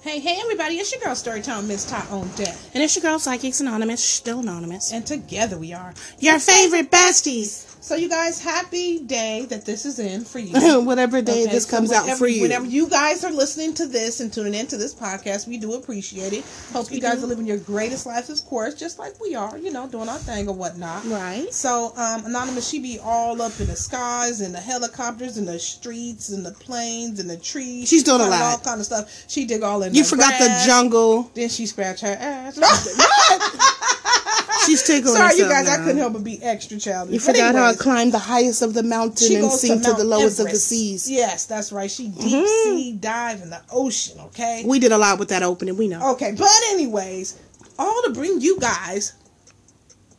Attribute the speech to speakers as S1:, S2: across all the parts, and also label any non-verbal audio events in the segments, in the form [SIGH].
S1: Hey, hey, everybody, it's your girl Storytime Miss Tot on deck.
S2: And it's your girl Psychics Anonymous, still anonymous.
S1: And together we are.
S2: Your favorite besties. [CLEARS THROAT]
S1: So, you guys, happy day that this is in for
S2: [LAUGHS]
S1: you.
S2: whatever day
S1: Okay,
S2: this
S1: so
S2: comes out
S1: whenever-
S2: for you.
S1: Whenever you guys are listening to this and tuning into this podcast, we do appreciate it. Hope you guys are living your greatest lives, of course, just like we are, you know, doing our thing or whatnot.
S2: Right.
S1: So, um, Anonymous, she be all up in the skies and the helicopters and the streets and the planes and the trees.
S2: She's doing a
S1: climbing
S2: lot.
S1: All kind of stuff. She dig all in
S2: You
S1: the
S2: forgot
S1: grass.
S2: the jungle.
S1: Then she scratch her ass.
S2: [LAUGHS]
S1: [LAUGHS]
S2: She's tickling
S1: Sorry, you
S2: herself
S1: guys, I
S2: now.
S1: couldn't help but be extra childish.
S2: You
S1: But
S2: forgot how I
S1: anyways,
S2: climbed the highest of the mountain and sink to, the
S1: Mount
S2: lowest of the
S1: Everest.
S2: seas. Mm-hmm.
S1: Yes, that's right. She deep sea dive in the ocean. Okay.
S2: We did a lot with that opening, we know.
S1: Okay, but anyways, all to bring you guys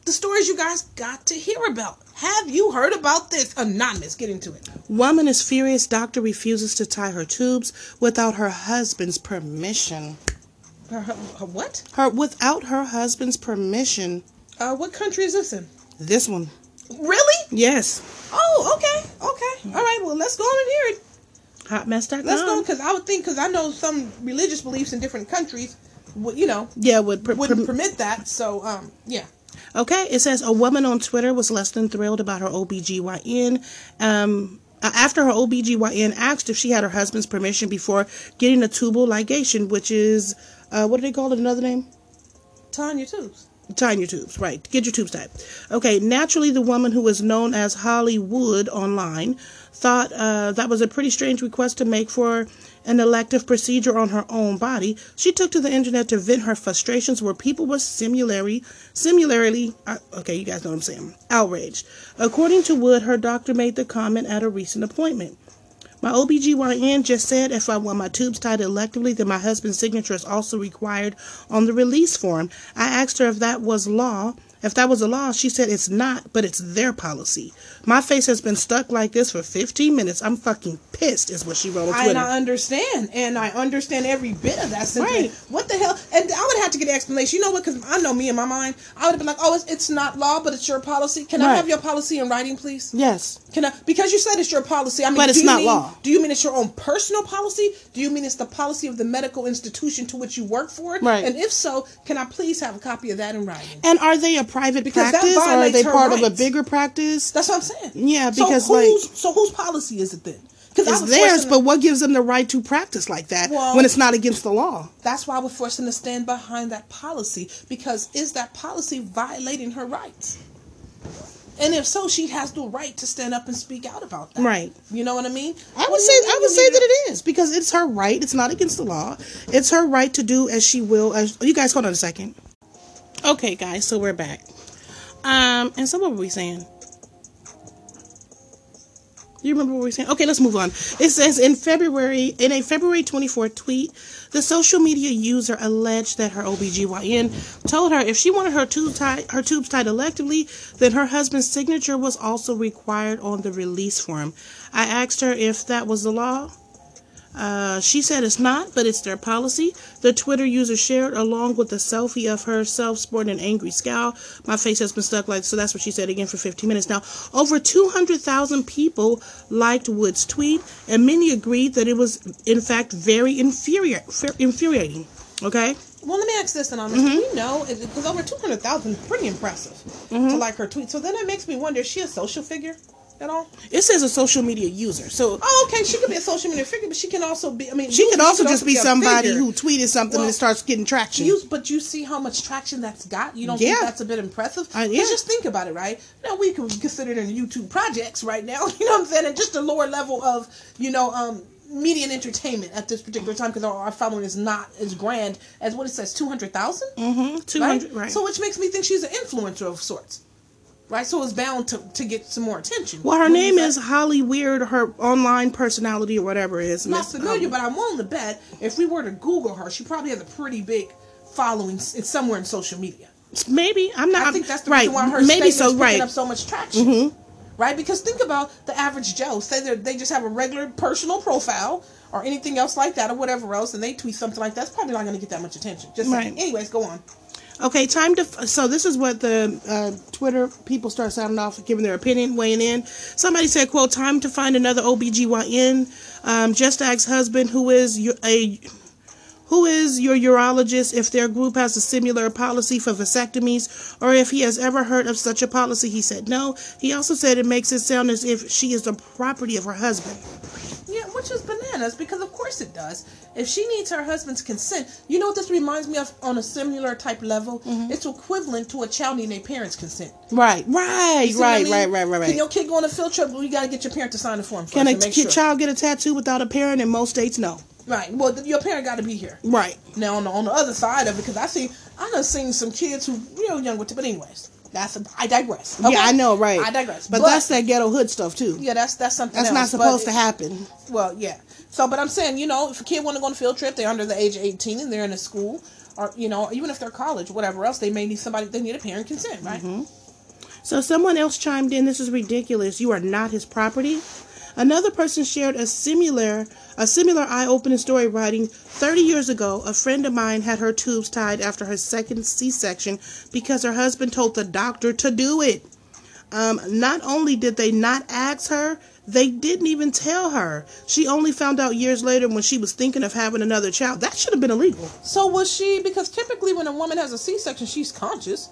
S1: the stories you guys got to hear about. Have you heard about this? Anonymous, get into it.
S2: Woman is furious doctor refuses to tie her tubes without her husband's permission.
S1: Her-
S2: Uh,
S1: her- her what?
S2: Her without her husband's permission.
S1: Uh, what country is this in?
S2: This one.
S1: Really?
S2: Yes.
S1: Oh, okay,
S2: Hmm.
S1: okay. All right, well, let's go on and hear it.
S2: Hotmess.com.
S1: Let's go because I would think because I know some religious beliefs in different countries, would you know,
S2: Yeah, would per-
S1: wouldn't
S2: perm-
S1: permit that. So, um, yeah.
S2: Okay, it says a woman on Twitter was less than thrilled about her OBGYN. Um, uh, after her OBGYN asked if she had her husband's permission before getting a tubal ligation, which is, uh, what do they call it? Another name?
S1: Tanya tubes.
S2: Tying your tubes, right. Get your tubes tied. Okay, naturally, the woman who is known as Holly Wood online thought uh, that was a pretty strange request to make for an elective procedure on her own body. She took to the internet to vent her frustrations where people were similarly, similarly, uh, okay, you guys know what I'm saying, outraged. According to Wood, her doctor made the comment at a recent appointment. My OBGYN just said if I want my tubes tied electively, then my husband's signature is also required on the release form. I asked her if that was law. If that was a law, she said it's not, but it's their policy. My face has been stuck like this for 15 minutes. I'm fucking pissed, is what she wrote on
S1: I, and
S2: Twitter.
S1: I understand, and I understand every bit of that. sentiment.
S2: Right.
S1: What the hell? And I would have to get an explanation. You know what? Because I know me in my mind, I would have been like, "Oh, it's, it's not law, but it's your policy. Can I
S2: Right.
S1: have your policy in writing, please?
S2: yes.
S1: Can I? Because you said it's your policy. I mean,
S2: But
S1: do
S2: it's
S1: you
S2: not
S1: mean-
S2: law.
S1: Do you mean it's your own personal policy? Do you mean it's the policy of the medical institution to which you work for?
S2: Right.
S1: And if so, can I please have a copy of that in writing?
S2: And are they a private
S1: Because that
S2: practice or are
S1: violates
S2: they
S1: her
S2: part of a
S1: rights.
S2: bigger practice?
S1: That's what I'm saying.
S2: Yeah, because,
S1: so
S2: like-
S1: whose, so whose policy is it then? Because
S2: It's theirs, but what gives them the right to practice like that
S1: Well-
S2: when it's not against the law?
S1: That's why we're forcing to stand behind that policy because is that policy violating her rights? And if so, she has the right to stand up and speak out about that.
S2: Right.
S1: You know what I mean?
S2: I would say I would say that it is because it's her right. It's not against the law. It's her right to do as she will. As you guys, hold on a second. Okay, guys, so we're back. Um, and so what were we saying? You remember what we were saying? Okay, let's move on. It says in February, in a February 24 tweet, the social media user alleged that her OBGYN told her if she wanted her tube tied, her tubes tied electively, then her husband's signature was also required on the release form. I asked her if that was the law. Uh, she said it's not, but it's their policy. The Twitter user shared along with a selfie of herself sporting an angry scowl. My face has been stuck like so. That's what she said again for 15 minutes now. Over 200,000 people liked Wood's tweet, and many agreed that it was in fact very inferior, fer- infuriating. Okay,
S1: Well, let me ask this, and I'm
S2: Mm-hmm.
S1: we know because over two hundred thousand is pretty impressive to
S2: Mm-hmm.
S1: like her tweet. So then it makes me wonder: is she a social figure at all?
S2: it says a social media user, so
S1: Oh, okay, she could be a social media figure, but she can also be. I mean,
S2: she
S1: usually
S2: could also just be
S1: a
S2: somebody
S1: figure.
S2: who tweeted something
S1: Well,
S2: and it starts getting traction.
S1: You, but you see how much traction that's got. You don't think
S2: Yeah.
S1: that's a bit impressive?
S2: Uh,
S1: Because
S2: yeah.
S1: just think about it, right? Now we can consider it in YouTube projects right now. [LAUGHS] You know what I'm saying? And just the lower level of you know um, media and entertainment at this particular time because our, our following is not as grand as what it says two hundred thousand.
S2: Mhm, 200,
S1: Right?
S2: right?
S1: So which makes me think she's an influencer of sorts, right? So it's bound to, to get some more attention.
S2: Well, her
S1: Wouldn't
S2: name
S1: you
S2: is
S1: say?
S2: Holly Weird. Her online personality or whatever is
S1: I'm not
S2: Miss-
S1: familiar,
S2: um,
S1: but I'm willing to bet if we were to Google her, she probably has a pretty big following s- it's somewhere in social media.
S2: maybe I'm not.
S1: I think that's the
S2: right.
S1: reason why her
S2: maybe
S1: maybe
S2: so. Right. Mm-hmm.
S1: picking up so much traction. Right? Because think about the average Joe. Say they they just have a regular personal profile or anything else like that or whatever else, and they tweet something like that's probably not going to get that much attention. Just saying.
S2: Right.
S1: anyways, go on.
S2: Okay, time to. So this is what the uh, Twitter people start sounding off, giving their opinion, weighing in. Somebody said, "Quote: Time to find another OBGYN." Um, just ask husband who is your, a Who is your urologist if their group has a similar policy for vasectomies or if he has ever heard of such a policy? He said no. He also said it makes it sound as if she is the property of her husband.
S1: Yeah, which is bananas because of course it does. If she needs her husband's consent, you know what this reminds me of on a similar type level?
S2: Mm-hmm.
S1: It's equivalent to a child needing their parents' consent.
S2: Right, right,
S1: You see what I
S2: right,
S1: mean?
S2: right, right, right,
S1: Can
S2: right.
S1: your kid go on a field trip? Well, you got to get your parent to sign the form. First
S2: Can a
S1: and make
S2: kid-
S1: sure.
S2: child get a tattoo without a parent? In most states, no.
S1: Right. Well, th- your parent got to be here.
S2: Right.
S1: Now on the, on the other side of it, because I see I done seen some kids who real young with it, but anyways, that's a, I digress. Okay?
S2: Yeah, I know, right.
S1: I digress.
S2: But, that's that ghetto hood stuff too.
S1: yeah, that's that's something.
S2: That's not
S1: else, but
S2: supposed
S1: it-
S2: to happen.
S1: Well, yeah. So, but I'm saying, you know, if a kid want to go on a field trip, they're under the age of 18 and they're in a school, or you know, even if they're college, whatever else, they may need somebody. They need a parent consent, right?
S2: Mm-hmm. So someone else chimed in, this is ridiculous. You are not his property. Another person shared a similar a similar eye-opening story writing 30 years ago a friend of mine had her tubes tied after her second C-section because her husband told the doctor to do it. Um, not only did they not ask her, they didn't even tell her. She only found out years later when she was thinking of having another child. That should have been illegal.
S1: So was she? Because typically, when a woman has a C-section, she's conscious.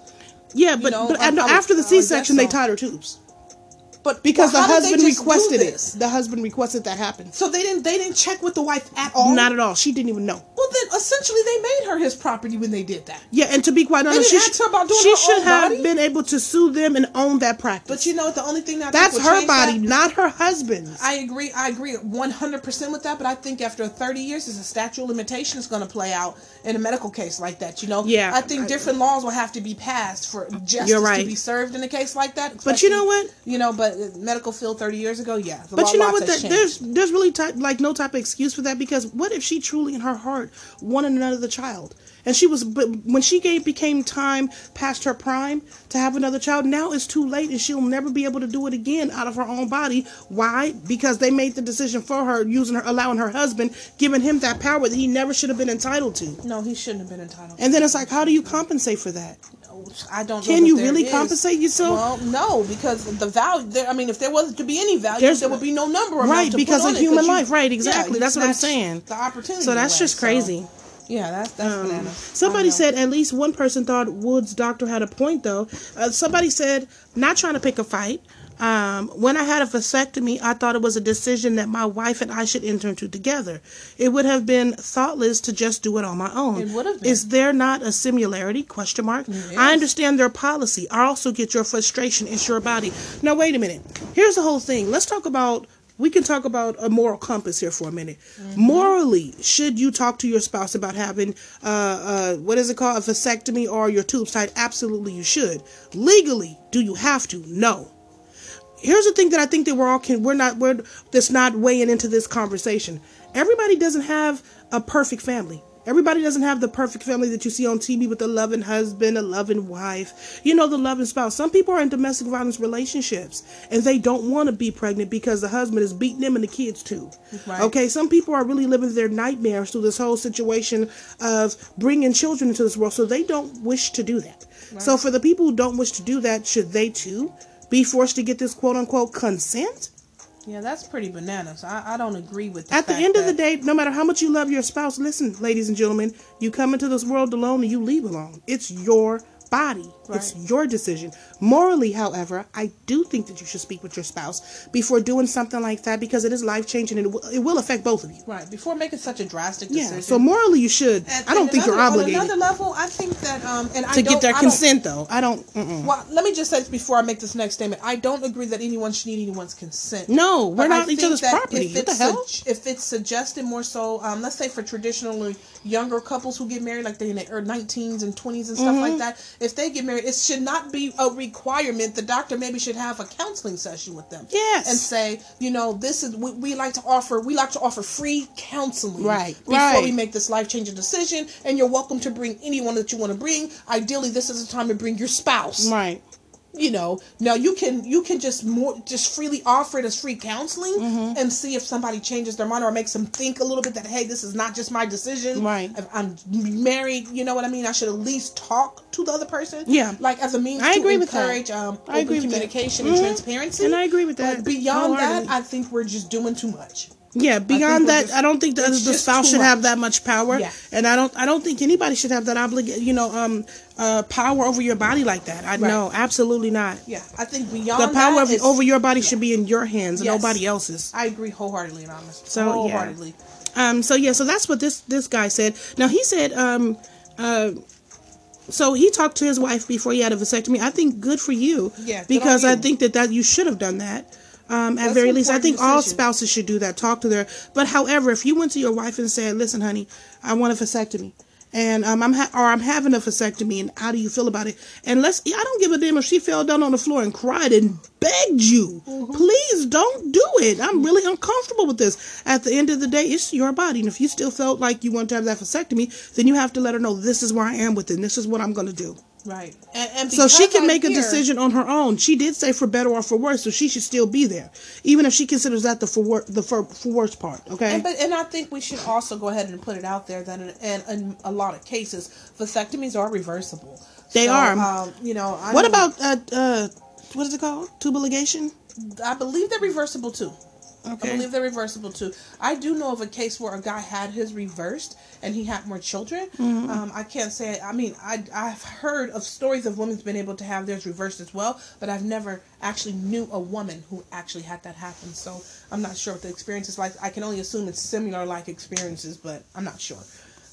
S2: Yeah, but,
S1: know,
S2: but
S1: I-
S2: no,
S1: I would-
S2: after the
S1: I would guess
S2: C-section, they
S1: so.
S2: tied her tubes.
S1: But
S2: because
S1: well,
S2: the
S1: how did they
S2: husband
S1: just do
S2: requested it.
S1: this?
S2: The husband requested that happen.
S1: So they didn't. They didn't check with the wife at all.
S2: Not at all. She didn't even know.
S1: Well, then essentially they made her his property when they did that.
S2: Yeah, and to be quite honest,
S1: didn't
S2: she,
S1: ask her about doing
S2: she
S1: her
S2: should
S1: own
S2: have
S1: body?
S2: been able to sue them and own that practice.
S1: But you know, what, the only thing that I think
S2: that's
S1: would
S2: her
S1: change
S2: body,
S1: that-
S2: not her husband's.
S1: I agree. I agree 100% with that. But I think after 30 years, there's a statute of limitation is going to play out in a medical case like that. You know.
S2: Yeah,
S1: I think
S2: I-
S1: different laws will have to be passed for justice
S2: right.
S1: to be served in a case like that.
S2: but you
S1: especially-
S2: know what?
S1: You know, but uh, medical field 30 years ago, yeah. the
S2: But
S1: law-
S2: you know
S1: lots
S2: what?
S1: has
S2: There,
S1: changed.
S2: there's there's really type, like no type of excuse for that because what if she truly in her heart wanted another child and she was but when she gave, became time past her prime to have another child now it's too late and she'll never be able to do it again out of her own body. Why? Because they made the decision for her using her allowing her husband giving him that power that he never should have been entitled to.
S1: no, he shouldn't have been entitled.
S2: And then it's like, how do you compensate for that?
S1: I don't. know
S2: Can
S1: that
S2: you
S1: there
S2: really
S1: is.
S2: compensate yourself?
S1: Well, no, because the value. There, I mean, if there wasn't to be any value,
S2: There's-
S1: there would be no number. amount
S2: Right,
S1: to
S2: because
S1: put on
S2: of
S1: it, 'cause
S2: human
S1: you-
S2: life. Right,
S1: yeah,
S2: exactly.
S1: you
S2: That's what I'm
S1: snatched
S2: saying.
S1: The opportunity.
S2: So that's
S1: away,
S2: just
S1: so-
S2: crazy. Um,
S1: yeah, that's that's bananas.
S2: Somebody
S1: I know.
S2: said at least one person thought Wood's doctor had a point, though. Uh, somebody said, not trying to pick a fight. Um, when I had a vasectomy, I thought it was a decision that my wife and I should enter into together. It would have been thoughtless to just do it on my own.
S1: It would have been.
S2: Is there not a similarity? Question mark. I understand their policy. I also get your frustration. It's your body. Now wait a minute. Here's the whole thing. Let's talk about. We can talk about a moral compass here for a minute. Morally, should you talk to your spouse about having uh, uh, what is it called, a vasectomy or your tubes tied? Absolutely, you should. Legally, do you have to? No here's the thing that I think that we're all can we're not we're that's not weighing into this conversation. Everybody doesn't have a perfect family. Everybody doesn't have the perfect family that you see on TV with a loving husband, a loving wife, you know, the loving spouse. Some people are in domestic violence relationships and they don't want to be pregnant because the husband is beating them and the kids too.
S1: Right.
S2: Okay, some people are really living their nightmares through this whole situation of bringing children into this world, so they don't wish to do that. So, for the people who don't wish to do that, should they too be forced to get this quote unquote consent?
S1: Yeah, that's pretty bananas. I, I don't agree with. The
S2: At the
S1: fact
S2: end of the
S1: that-
S2: day, no matter how much you love your spouse, listen, ladies and gentlemen, you come into this world alone and you leave alone. It's your body, it's
S1: Right.
S2: your decision. Morally, however, I do think that you should speak with your spouse before doing something like that because it is life changing and it will, it will affect both of you.
S1: right before making such a drastic
S2: Yeah,
S1: decision.
S2: so morally, you should.
S1: At-
S2: I don't
S1: and
S2: think you're
S1: another-
S2: obligated.
S1: On another level, I think that um, and I
S2: to get
S1: don't-
S2: their
S1: I don't-
S2: consent though. I don't. Mm-mm.
S1: Well, let me just say this before I make this next statement. I don't agree that anyone should need anyone's consent.
S2: No, we're
S1: But I
S2: not each
S1: think
S2: other's
S1: that
S2: property.
S1: if
S2: What the
S1: it's
S2: hell?
S1: sug- if it's suggested more so, um, let's say for traditionally younger couples who get married, like they're in their nineteens and twenties and stuff
S2: Mm-hmm.
S1: like that, if they get married, it should not be a requirement. The doctor maybe should have a counseling session with them.
S2: Yes.
S1: and say, you know, this is we, we like to offer. We like to offer free counseling.
S2: Right,
S1: Before
S2: right.
S1: we make this life changing decision, and you're welcome to bring anyone that you want to bring. Ideally, this is the time to bring your spouse
S2: Right.
S1: you know now you can you can just more just freely offer it as free counseling
S2: Mm-hmm.
S1: and see if somebody changes their mind or makes them think a little bit that hey this is not just my decision
S2: Right.
S1: if i'm married you know what i mean i should at least talk to the other person
S2: Yeah.
S1: like as a means
S2: I
S1: to
S2: agree with that.
S1: encourage um
S2: I
S1: open
S2: agree with that. Mm-hmm.
S1: communication and transparency
S2: And I agree with that
S1: but beyond that
S2: wholeheartedly.
S1: i think we're just doing too much
S2: Yeah, beyond
S1: we're
S2: that,
S1: just-
S2: I don't think the,
S1: it's
S2: the
S1: just
S2: spouse
S1: too
S2: should have
S1: much.
S2: that much power,
S1: Yeah.
S2: and I don't I don't think anybody should have that oblig you know um uh power over your body like that. I
S1: Right.
S2: know absolutely not.
S1: Yeah, I think beyond
S2: The power
S1: that
S2: of,
S1: is-
S2: over your body should be in your hands, and
S1: Yes.
S2: nobody else's.
S1: I agree wholeheartedly, and honest.
S2: So, yeah.
S1: wholeheartedly.
S2: Um, so yeah, so that's what this this guy said. Now he said, um, uh, so he talked to his wife before he had a vasectomy. I think good for you.
S1: Yeah, good
S2: Because
S1: on
S2: I
S1: you.
S2: think that that you should have done that. Um,
S1: That's
S2: at very
S1: an
S2: least, I think
S1: important
S2: all
S1: decision.
S2: spouses should do that. Talk to their. But however, if you went to your wife and said, "Listen, honey, I want a vasectomy." And um, I'm ha- or I'm having a vasectomy, and how do you feel about it? And let's I don't give a damn if she fell down on the floor and cried and begged you,
S1: Mm-hmm.
S2: please don't do it. I'm really uncomfortable with this. At the end of the day, it's your body, and if you still felt like you want to have that vasectomy, then you have to let her know this is where I am with it. And this is what I'm going to do.
S1: Right. And, and
S2: So she
S1: because
S2: can
S1: I'm
S2: make a
S1: here-
S2: decision on her own. She did say for better or for worse, so she should still be there, even if she considers that the for wor- the for, for worse part. Okay.
S1: And, but, and I think we should also go ahead and put it out there that in, in, in a lot of cases, vasectomies are reversible.
S2: They
S1: So,
S2: are.
S1: Um, you know, I
S2: what
S1: know-
S2: about uh, uh what is it called? Tubal ligation.
S1: I believe they're reversible too. I
S2: Okay.
S1: believe they're reversible too. I do know of a case where a guy had his reversed and he had more children. Um, I can't say. I mean, I I've heard of stories of women's been able to have theirs reversed as well, but I've never actually knew a woman who actually had that happen. So I'm not sure what the experience is like. I can only assume it's similar like experiences, but I'm not sure.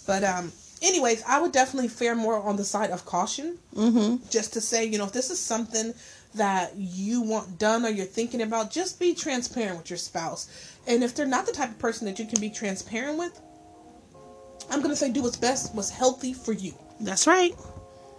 S1: But um, anyways, I would definitely fare more on the side of caution
S2: Mm-hmm.
S1: just to say, you know, if this is something that you want done or you're thinking about, just be transparent with your spouse. And if they're not the type of person that you can be transparent with, I'm gonna say do what's best, what's healthy for you.
S2: That's right.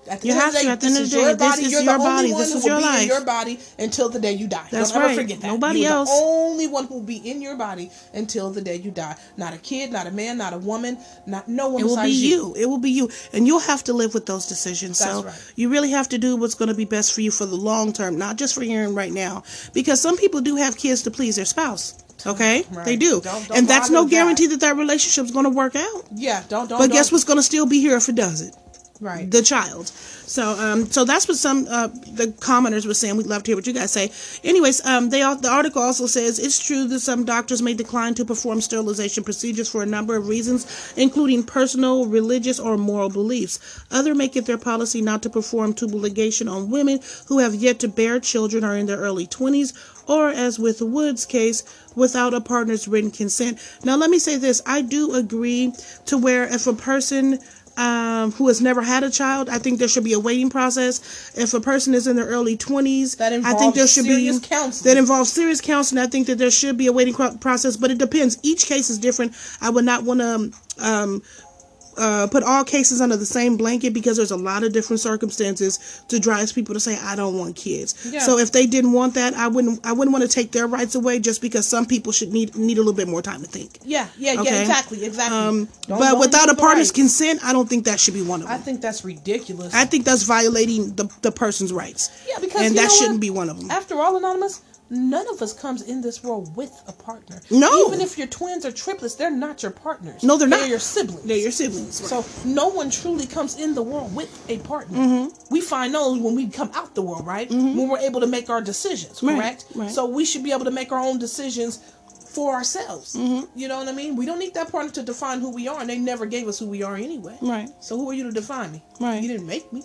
S1: At the
S2: You
S1: end
S2: have
S1: of the
S2: to.
S1: day,
S2: At the
S1: this
S2: end of
S1: is
S2: the day,
S1: your
S2: this
S1: body.
S2: is
S1: You're
S2: your
S1: the
S2: body.
S1: only one
S2: This
S1: who
S2: is
S1: will
S2: your
S1: be
S2: life.
S1: in your body until the day you die.
S2: That's
S1: Don't ever
S2: right.
S1: forget that.
S2: Nobody
S1: You're
S2: else.
S1: The only one who will be in your body until the day you die. Not a kid, not a man, not a woman, not no one
S2: It will be
S1: besides
S2: you. It will be you, and you'll have to live with those decisions. so
S1: That's right.
S2: you really have to do what's going to be best for you for the long term, not just for here and right now. Because some people do have kids to please their spouse. Okay,
S1: Right.
S2: they do,
S1: Don't- don't
S2: and that's
S1: lie
S2: no
S1: to that.
S2: guarantee that that relationship's going to work out.
S1: Yeah, don't don't.
S2: But guess
S1: don't-
S2: what's going to still be here if it doesn't?
S1: Right.
S2: the child. So, um, so that's what some uh, the commenters were saying. We'd love to hear what you guys say. Anyways, um, they all, the article also says it's true that some doctors may decline to perform sterilization procedures for a number of reasons, including personal, religious, or moral beliefs. Other make it their policy not to perform tubal ligation on women who have yet to bear children or in their early twenties, or as with Wood's case, without a partner's written consent. Now, let me say this: I do agree to where if a person um, who has never had a child, I think there should be a waiting process. If a person is in their early twenties,
S1: That
S2: I think there
S1: involves
S2: should
S1: serious
S2: be
S1: counseling.
S2: that involves serious counseling. I think that there should be a waiting cro- process, but it depends. Each case is different. I would not want to. Um, uh, put all cases under the same blanket because there's a lot of different circumstances to drive people to say I don't want kids.
S1: Yeah.
S2: So if they didn't want that, I wouldn't. I wouldn't want to take their rights away just because some people should need need a little bit more time to think.
S1: Yeah, yeah,
S2: Okay.
S1: yeah, exactly, exactly.
S2: Um,
S1: Don't
S2: but
S1: go
S2: without
S1: into
S2: a
S1: the
S2: partner's
S1: right.
S2: consent, I don't think that should be one of them.
S1: I think that's ridiculous.
S2: I think that's violating the, the person's rights.
S1: yeah, because
S2: and
S1: you
S2: that
S1: know
S2: shouldn't
S1: what?
S2: be one of them.
S1: After all, anonymous, none of us comes in this world with a partner.
S2: No.
S1: even if you're twins or triplets, they're not your partners.
S2: No, they're not.
S1: They're your siblings.
S2: They're your siblings.
S1: so no one truly comes in the world with a partner.
S2: Mm-hmm.
S1: We find those when we come out the world, right? When we're able to make our decisions,
S2: Right,
S1: correct?
S2: right.
S1: So we should be able to make our own decisions for ourselves.
S2: Mm-hmm.
S1: You know what I mean? We don't need that partner to define who we are, and they never gave us who we are anyway.
S2: Right.
S1: So who are you to define me?
S2: Right.
S1: You didn't make me.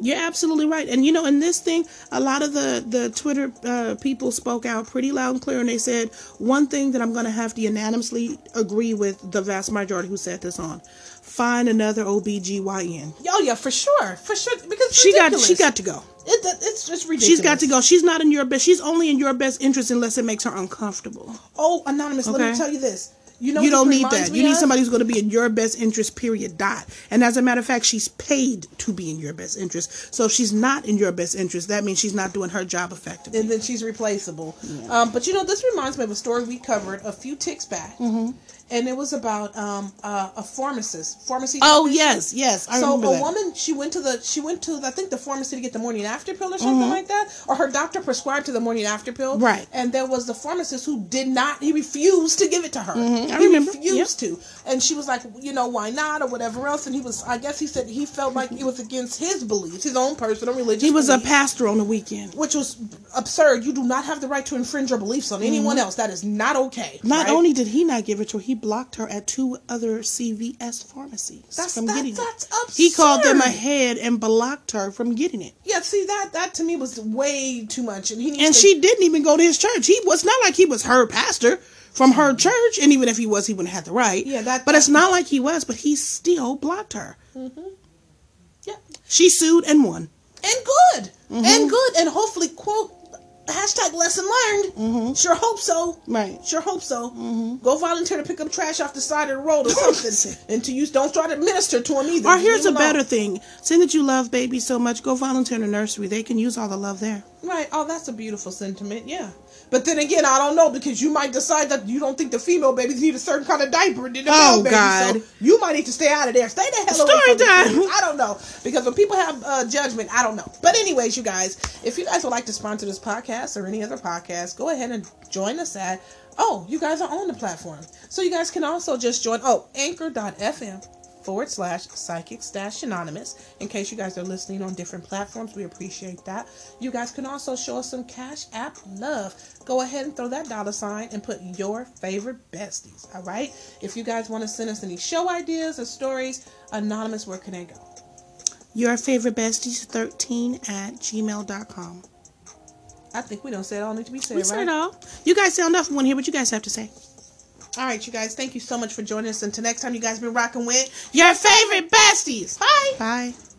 S2: You're absolutely right. And you know, in this thing, a lot of the the Twitter uh, people spoke out pretty loud and clear, and they said one thing that I'm going to have to unanimously agree with the vast majority who said this on: find another OBGYN.
S1: Oh yeah, for sure, for sure. Because it's
S2: She got
S1: ridiculous.
S2: she got to go.
S1: It, it's just ridiculous.
S2: She's got to go. She's not in your best. She's only in your best interest unless it makes her uncomfortable.
S1: Oh, anonymous. Let
S2: Okay.
S1: me tell you this. You know
S2: you
S1: what
S2: don't
S1: this
S2: need
S1: reminds
S2: that.
S1: me
S2: You need
S1: of?
S2: somebody who's going to be in your best interest. Period. Dot. And as a matter of fact, she's paid to be in your best interest. So if she's not in your best interest, that means she's not doing her job effectively.
S1: and then
S2: Mm-hmm.
S1: she's replaceable. Um, but you know, this reminds me of a story we covered a few ticks back, and it was about um, uh, a pharmacist, pharmacy.
S2: Oh
S1: technician.
S2: yes, yes. I
S1: so
S2: remember
S1: a
S2: that.
S1: woman, she went to the, she went to, I think the pharmacy to get the morning after pill or something like that, or her doctor prescribed her the morning after pill.
S2: Mm-hmm. Right.
S1: And there was the pharmacist who did not, he refused to give it to her.
S2: Mm-hmm. I
S1: he
S2: remember,
S1: refused to, and she was like, you know, why not or whatever else. And he was, I guess he said he felt like it was against his beliefs, his own personal religious.
S2: He was a
S1: beliefs
S2: pastor on the weekend.
S1: which was absurd. You do not have the right to infringe your beliefs on anyone else. That is not okay.
S2: Mm-hmm. Not
S1: right?
S2: only did he not give it to her, he blocked her at two other CVS pharmacies
S1: that's
S2: from
S1: that,
S2: getting it.
S1: that's absurd.
S2: He called them ahead and blocked her from getting it.
S1: Yeah, see that that to me was way too much, and he needs
S2: And
S1: to-
S2: she didn't even go to his church. He was not like he was her pastor from her church, and even if he was, he wouldn't have the right.
S1: Mm-hmm. Yeah, that-
S2: But
S1: that-
S2: it's not like he was. But he still blocked her.
S1: yeah,
S2: She sued and won.
S1: and good
S2: Mm-hmm.
S1: and good, and hopefully quote hashtag lesson learned. Sure hope so.
S2: Mm-hmm. Right. Mm-hmm.
S1: Sure hope so. Go volunteer to pick up trash off the side of the road or something, and to use don't try to minister to him either.
S2: Or
S1: Leave
S2: here's a
S1: him alone.
S2: better thing: seeing that you love babies so much, go volunteer in a nursery. They can use all the love there.
S1: Right. Oh, that's a beautiful sentiment. Yeah. But then again, I don't know because you might decide that you don't think the female babies need a certain kind of diaper than the
S2: Oh,
S1: male babies.
S2: God.
S1: So you might need to stay out of there. Stay the hell away
S2: Story
S1: from these
S2: time.
S1: things. I don't know because when people have uh, judgment, I don't know. But anyways, you guys, if you guys would like to sponsor this podcast or any other podcast, go ahead and join us at. Oh, you guys are on the platform, so you guys can also just join. Oh, Anchor.fm forward slash psychic stash anonymous in case you guys are listening on different platforms we appreciate that you guys can also show us some cash app love go ahead and throw that dollar sign and put your favorite besties all right if you guys want to send us any show ideas or stories anonymous where can they go
S2: Your favorite besties 13 at gmail.com.
S1: i think we don't say it all need to be said
S2: We
S1: right
S2: said it all. You guys sound off. We want to hear what you guys have to say.
S1: all right you guys thank you so much for joining us until next time you guys been rocking with
S2: Your favorite besties.
S1: bye
S2: Bye.